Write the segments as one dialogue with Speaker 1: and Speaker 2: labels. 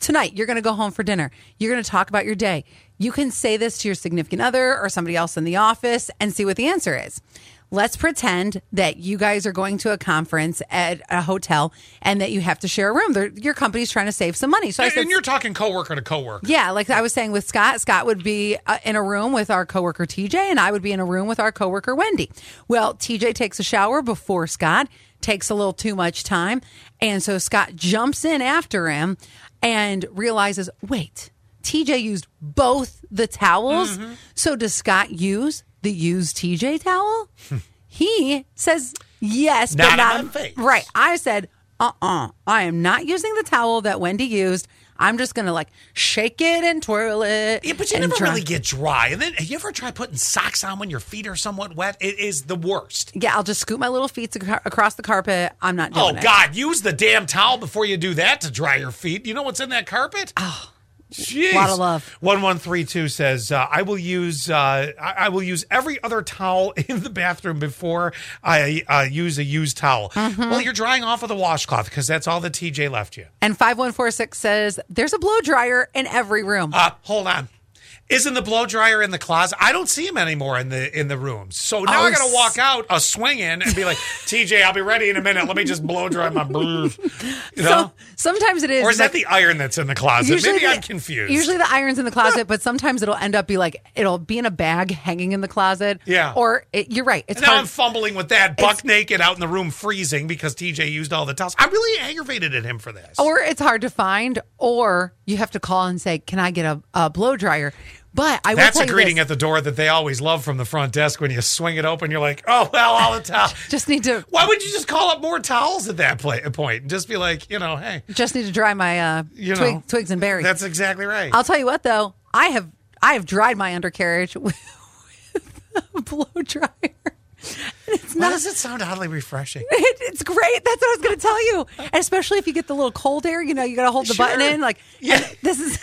Speaker 1: Tonight, you're going to go home for dinner. You're going to talk about your day. You can say this to your significant other or somebody else in the office and see what the answer is. Let's pretend that you guys are going to a conference at a hotel and that you have to share a room. They're, your company's trying to save some money. So I
Speaker 2: And,
Speaker 1: said,
Speaker 2: and you're talking coworker to coworker.
Speaker 1: yeah, like I was saying with Scott, Scott would be uh, in a room with our coworker TJ, and I would be in a room with our coworker Wendy. Well, TJ takes a shower before Scott, takes a little too much time, and so Scott jumps in after him and realizes, wait, TJ used both the towels,
Speaker 2: Mm-hmm.
Speaker 1: so does Scott use the used TJ towel? he says yes, but
Speaker 2: Not
Speaker 1: not
Speaker 2: in my face.
Speaker 1: right. I said, uh uh I am not using the towel that Wendy used. I'm just going to like shake it and twirl it.
Speaker 2: Yeah, but you
Speaker 1: and
Speaker 2: never
Speaker 1: dry-
Speaker 2: really get dry. And then, have you ever tried putting socks on when your feet are somewhat wet? It is the worst.
Speaker 1: Yeah, I'll just scoot my little feet ac- across the carpet. I'm not
Speaker 2: Oh,
Speaker 1: doing it.
Speaker 2: God. Use the damn towel before you do that to dry your feet. You know what's in that carpet? Oh. Jeez.
Speaker 1: Lot of love.
Speaker 2: One one three two says, uh, "I will use uh, I, I will use every other towel in the bathroom before I uh, use a used towel." Well, you're drying off with a washcloth because that's all the TJ left you.
Speaker 1: And 5146 says there's a blow dryer in every room.
Speaker 2: Uh, hold on. Isn't the blow dryer in the closet? I don't see him anymore in the in the rooms. So now
Speaker 1: Oh,
Speaker 2: I got
Speaker 1: s-
Speaker 2: to walk out a swinging and be like, "TJ, I'll be ready in a minute. Let me just blow dry my bruise." You know?
Speaker 1: so sometimes it is.
Speaker 2: or is that
Speaker 1: like-
Speaker 2: the iron that's in the closet? Maybe
Speaker 1: the-
Speaker 2: I'm confused.
Speaker 1: Usually the iron's in the closet, but sometimes it'll end up be like it'll be in a bag hanging in the closet.
Speaker 2: Yeah.
Speaker 1: Or it, you're right. It's
Speaker 2: And now
Speaker 1: hard.
Speaker 2: I'm fumbling with that, buck naked out in the room freezing because TJ used all the towels. I'm really aggravated at him for this.
Speaker 1: or it's hard to find, or you have to call and say, "Can I get a, a blow dryer?" But I will
Speaker 2: That's
Speaker 1: tell
Speaker 2: a
Speaker 1: you
Speaker 2: greeting
Speaker 1: this.
Speaker 2: at the door that they always love from the front desk when you swing it open. You're like, oh, well, all the towels.
Speaker 1: Just need to
Speaker 2: Why would you just call up more towels at that pla- point? Just be like, you know, hey,
Speaker 1: just need to dry my uh,
Speaker 2: You
Speaker 1: twig-
Speaker 2: know,
Speaker 1: twigs and berries.
Speaker 2: that's exactly right.
Speaker 1: I'll tell you what, though, I have I have dried my undercarriage with, a blow dryer. It's
Speaker 2: Why
Speaker 1: not.
Speaker 2: does it sound oddly refreshing?
Speaker 1: It, it's great. That's what I was going to tell you. And especially if you get the little cold air, you know, you got to hold the button
Speaker 2: Sure.
Speaker 1: in. Like,
Speaker 2: Yeah.
Speaker 1: and this is.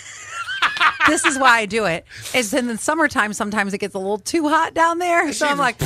Speaker 1: this is why I do it. It's in the summertime. Sometimes it gets a little too hot down there, so I'm like,